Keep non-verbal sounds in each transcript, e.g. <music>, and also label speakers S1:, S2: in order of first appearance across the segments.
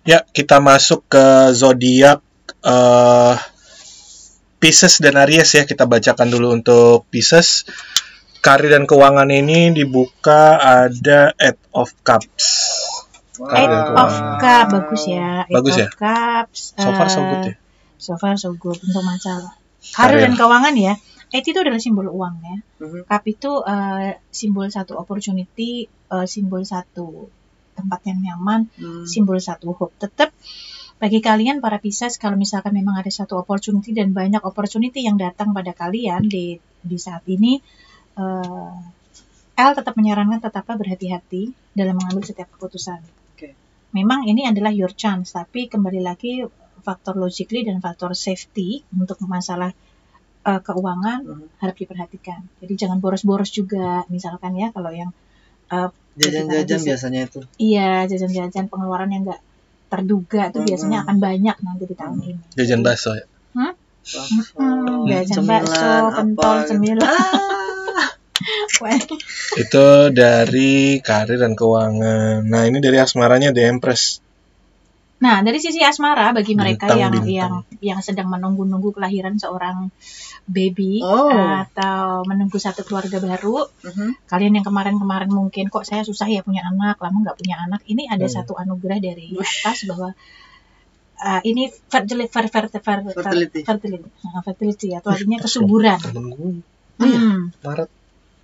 S1: Ya, kita masuk ke zodiak eh Pisces dan Aries ya. Kita bacakan dulu untuk Pisces. Karir dan keuangan ini dibuka ada Eight of Cups. Karir
S2: Eight
S1: dan
S2: of
S1: keuangan.
S2: Cup Eh, bagus ya. Eight
S1: Bagus
S2: of
S1: ya?
S2: Cups.
S1: So far
S2: eh,
S1: so good ya.
S2: So far so good untuk masalah. Karir
S1: Karir.
S2: dan keuangan ya. Eight itu adalah simbol uang ya.
S3: Mhm.
S2: Cup itu eh, simbol satu opportunity, eh, simbol satu tempat yang nyaman,
S3: Hmm.
S2: simbol satu hope. Tetap bagi kalian para Pisces kalau misalkan memang ada satu opportunity dan banyak opportunity yang datang pada kalian di di saat ini eh L tetap menyarankan tetaplah berhati-hati dalam mengambil setiap keputusan.
S3: Oke.
S2: Memang ini adalah your chance, tapi kembali lagi faktor logically dan faktor safety untuk masalah eh, keuangan
S3: Mhm.
S2: harap diperhatikan. Jadi jangan boros-boros juga, misalkan ya kalau yang
S3: Jajan-jajan
S2: Bisa.
S3: biasanya itu.
S2: Iya, jajan-jajan pengeluaran yang nggak terduga
S3: Mm-mm.
S2: tuh biasanya akan banyak nanti di tahun ini.
S1: Jajan bakso ya.
S2: Mm-mm, jajan
S3: Hmm, Cemilan,
S2: bakso,
S3: apa gitu.
S2: pentol,
S3: Ah.
S2: cemilan. <laughs>
S1: Itu dari karir dan keuangan. Nah, ini dari asmaranya The Empress.
S2: Nah, dari sisi asmara bagi mereka
S1: Bintang,
S2: yang
S1: bintang.
S2: yang yang sedang menunggu-nunggu kelahiran seorang baby
S3: Oh.
S2: atau menunggu satu keluarga baru,
S3: Mhm.
S2: kalian yang kemarin-kemarin mungkin kok saya susah ya punya anak lama nggak punya anak ini ada
S1: Hmm.
S2: satu anugerah dari atas bahwa uh, ini fertili- fer- fer- fer- fer-
S3: Fertility.
S2: fertility Nah, fertility atau artinya kesuburan
S1: Temen gue,
S3: iya.
S2: Hmm.
S1: Maret.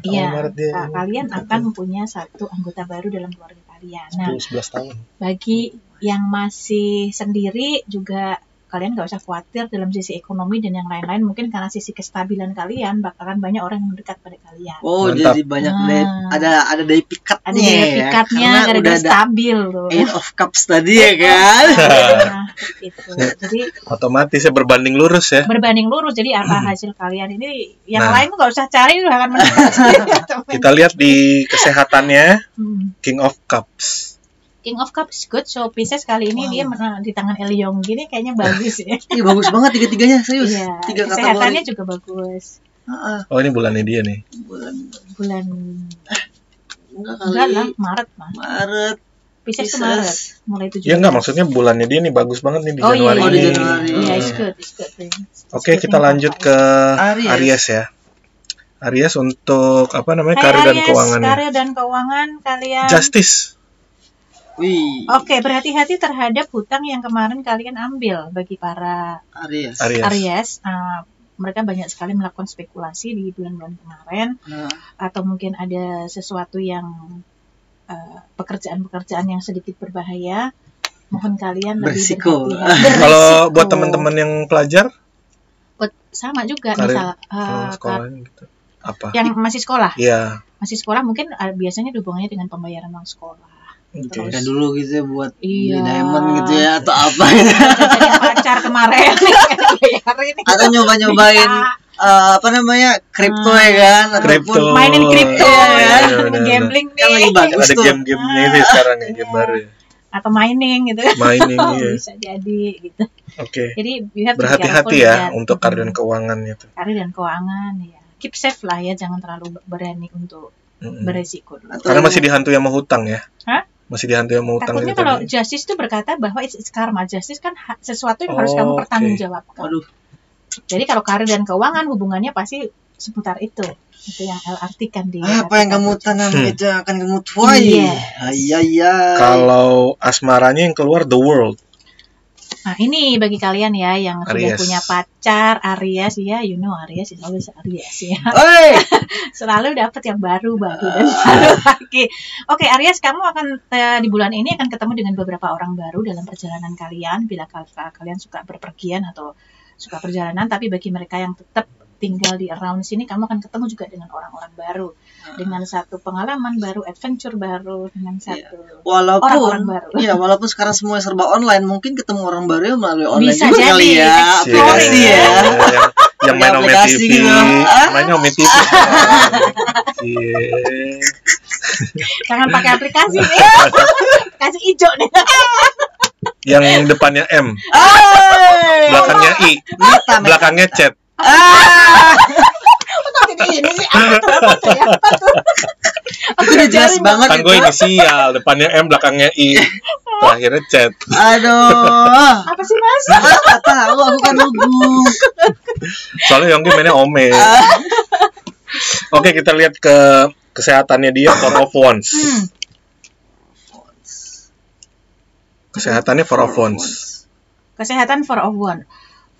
S1: Awal
S2: Iya,
S1: Maret dia
S2: uh,
S1: ini.
S2: kalian akan mempunyai satu anggota baru dalam keluarga kalian. Nah,
S1: 10-11 tahun.
S2: bagi yang masih sendiri juga kalian nggak usah khawatir dalam sisi ekonomi dan yang lain-lain mungkin karena sisi kestabilan kalian bakalan banyak orang yang mendekat pada kalian.
S3: Oh,
S1: Mantap.
S3: jadi banyak
S2: Ah.
S3: day- ada ada dari pikatnya.
S2: Ada yeah,
S3: ya,
S2: pikatnya,
S3: karena
S2: ada
S3: udah ada Iya,
S2: stabil loh.
S3: Eight of Cups tadi ya
S1: Iya
S3: kan.
S2: <laughs> Nah, gitu. Jadi
S1: Otomatis ya berbanding lurus ya.
S2: berbanding lurus. Jadi apa hasil kalian ini yang
S1: Hmm. Nah.
S2: lain tuh nggak usah cari udah akan mendekat.
S1: Kita lihat di kesehatannya
S2: <laughs> Hmm.
S1: King of Cups.
S2: King of Cups is good. So Pisces kali
S3: Wow.
S2: ini dia menang di tangan El Yong gini kayaknya bagus ya.
S3: Ih, bagus banget tiga-tiganya serius.
S2: Iya.
S3: Tiga
S2: Kesehatannya
S3: kategori.
S2: juga bagus.
S3: Heeh.
S1: Oh, ini bulannya dia nih.
S3: ah. bulan
S2: Bulan
S3: enggak kali.
S2: enggak lah Maret mah.
S3: Maret.
S2: Pisces
S3: Pisces.
S2: ke Maret. Mulai 17.
S1: Ya enggak maksudnya bulannya dia nih bagus banget nih di
S2: oh,
S1: Januari.
S2: iya,
S3: Oh, di
S2: iya.
S3: Januari.
S2: Iya,
S1: Hmm.
S2: it's good, it's good. It's
S1: Oke,
S2: good
S1: kita
S2: in
S1: lanjut
S2: Bapak.
S1: ke
S3: Aries.
S1: Aries, ya. Aries untuk apa namanya?
S2: Hai,
S1: karir dan
S2: Aries,
S1: keuangannya.
S2: Karir dan keuangan kalian.
S1: Justice.
S3: Wih,
S2: Oke, berhati-hati terhadap hutang yang kemarin kalian ambil bagi para
S3: Aries.
S1: Aries.
S2: Aries. Eh, mereka banyak sekali melakukan spekulasi di bulan-bulan kemarin.
S3: Nah,
S2: atau mungkin ada sesuatu yang eh, pekerjaan-pekerjaan yang sedikit berbahaya mohon kalian lebih
S3: Bersiko.
S2: berhati-hati.
S1: <laughs> Kalau buat
S2: Bersiko.
S1: teman-teman yang pelajar
S2: Buat- sama juga
S1: Karir.
S2: misal eh,
S1: kalau
S2: kar-
S1: sekolahnya gitu. Apa?
S2: yang masih sekolah
S1: Iya.
S2: masih sekolah mungkin eh, biasanya hubungannya dengan pembayaran uang sekolah
S1: <laughs> Oke.
S2: Terus.
S3: udah dulu gitu ya buat beli
S2: Iya.
S3: diamond gitu ya atau apa <laughs> gitu.
S2: Jadi pacar kemarin <laughs> bayarin
S3: Atau nyoba-nyobain eh, apa namanya? kripto
S2: Ah,
S3: ya kan
S1: Kripto.
S3: ataupun
S2: mainin kripto
S3: Iya,
S2: <laughs> ya
S1: benar-benar.
S2: gambling
S3: kan lagi
S2: nih
S1: Kan
S3: bagus
S1: ada
S3: tuh.
S1: game-gamenya ini sekarang ya, game baru ya.
S2: atau mining gitu
S1: Mining
S2: <laughs>
S1: ya.
S2: bisa jadi gitu
S1: Oke.
S2: jadi you have to be
S1: Berhati-hati
S2: careful
S1: ya
S2: with that.
S1: untuk karir dan keuangannya tuh.
S2: karir dan keuangan ya keep safe lah ya jangan terlalu berani untuk
S1: Mm-mm.
S2: beresiko dulu.
S3: Atau-
S1: Karena masih dihantui sama hutang ya.
S2: Hah?
S1: Masih dihantui sama hutang
S2: takutnya
S1: gitu
S2: kalau
S1: tadi.
S2: justice itu berkata bahwa it's, it's karma justice kan ha- sesuatu yang
S1: Oh,
S2: harus kamu
S1: oke.
S2: pertanggungjawabkan
S3: Waduh,
S2: jadi kalau karir dan keuangan hubungannya pasti seputar itu itu yang L kan artikan di
S1: Ah,
S3: Ah, apa yang kamu tanam
S1: Hmm.
S3: itu yang akan kamu tuai.
S2: Yes.
S3: Iya, iya.
S1: Kalau asmaranya yang keluar The World.
S2: nah ini bagi kalian ya yang sudah
S1: Aries.
S2: punya pacar Aries ya you know Aries is always Aries ya
S3: Oi,
S2: selalu dapat yang baru baru dan baru <laughs> lagi. Oke Aries, kamu akan eh, di bulan ini akan ketemu dengan beberapa orang baru dalam perjalanan kalian. Bila kal- kalian suka berpergian atau suka perjalanan, tapi bagi mereka yang tetap tinggal di around sini, kamu akan ketemu juga dengan orang-orang baru, dengan satu pengalaman baru, adventure baru, dengan satu. Orang-orang
S3: walaupun
S2: baru.
S3: ya walaupun sekarang semua serba online, mungkin ketemu orang baru ya melalui online
S2: Bisa
S3: juga
S2: jadi,
S3: kali ya,
S2: exploring.
S3: aplikasi ya.
S1: Iya. Yang, yang main Ome
S3: Aplikasi
S1: TV.
S3: gitu. Ah.
S1: Mainnya Ome TV. Iya.
S2: Jangan pakai aplikasi nih, <laughs> aplikasi hijau nih.
S1: Yang depannya M,
S3: Oi.
S1: belakangnya I,
S3: Meta, meta.
S1: belakangnya chat.
S3: Ah,
S2: Kok <laughs> jadi ini sih? Apa tuh? Apa tuh? ya? Apa tuh?
S3: itu udah jelas banget
S1: Kan gue
S3: itu.
S1: inisial, depannya M, belakangnya I. akhirnya chat
S3: Aduh.
S2: Apa sih mas?
S3: Ah, nggak tahu aku kan lugu.
S1: soalnya Yongki mainnya Ome
S3: Ah.
S1: oke kita lihat ke kesehatannya dia
S3: Ah.
S1: Four of Wands
S2: Hmm.
S1: kesehatannya Four of Wands
S2: Kesehatan four of one.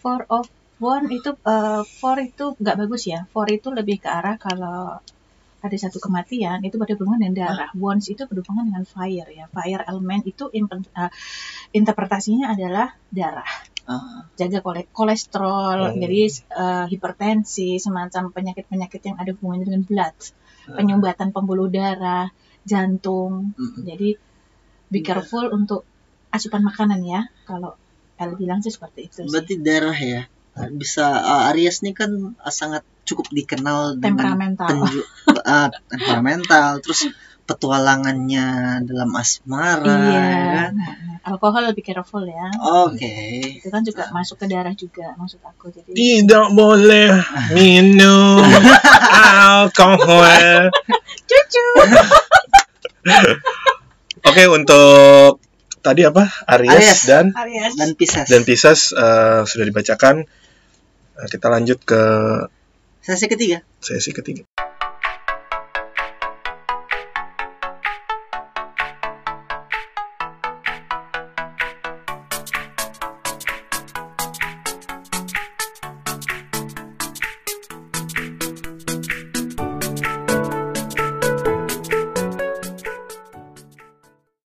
S2: Four of one itu eh, four itu nggak bagus ya. Four itu lebih ke arah kalau ada satu kematian itu berhubungan dengan darah. Wands itu berhubungan dengan fire ya. Fire element itu impen- eh, interpretasinya adalah darah.
S3: Ah,
S2: jaga kole-
S1: Hmm.
S2: kolesterol, jadi eh, hipertensi, semacam penyakit-penyakit yang ada hubungannya dengan blood, penyumbatan pembuluh darah, jantung.
S3: mm-mm.
S2: Jadi be
S3: Iya.
S2: careful untuk asupan makanan ya. Kalau El bilang sih seperti itu. sih.
S3: Berarti darah ya.
S2: Iya.
S3: Bisa ah, Aries nih kan ah, sangat cukup dikenal dengan
S2: Temperamental.
S3: penju <laughs> ah, temperamental, terus petualangannya dalam asmara.
S2: Iya.
S3: ya kan?
S2: Nah, nah, alkohol be careful ya.
S3: Oke.
S2: Itu kan juga masuk ke darah juga maksud aku.
S3: Iya.
S2: Jadi
S1: tidak boleh
S3: <laughs>
S1: minum alkohol
S2: cucu.
S1: oke untuk tadi apa
S3: Aries.
S1: Aries dan
S2: Aries.
S3: Dan Pisces.
S1: dan Pisces eh, sudah dibacakan Eh, kita lanjut ke
S3: Sesi ketiga.
S1: sesi ketiga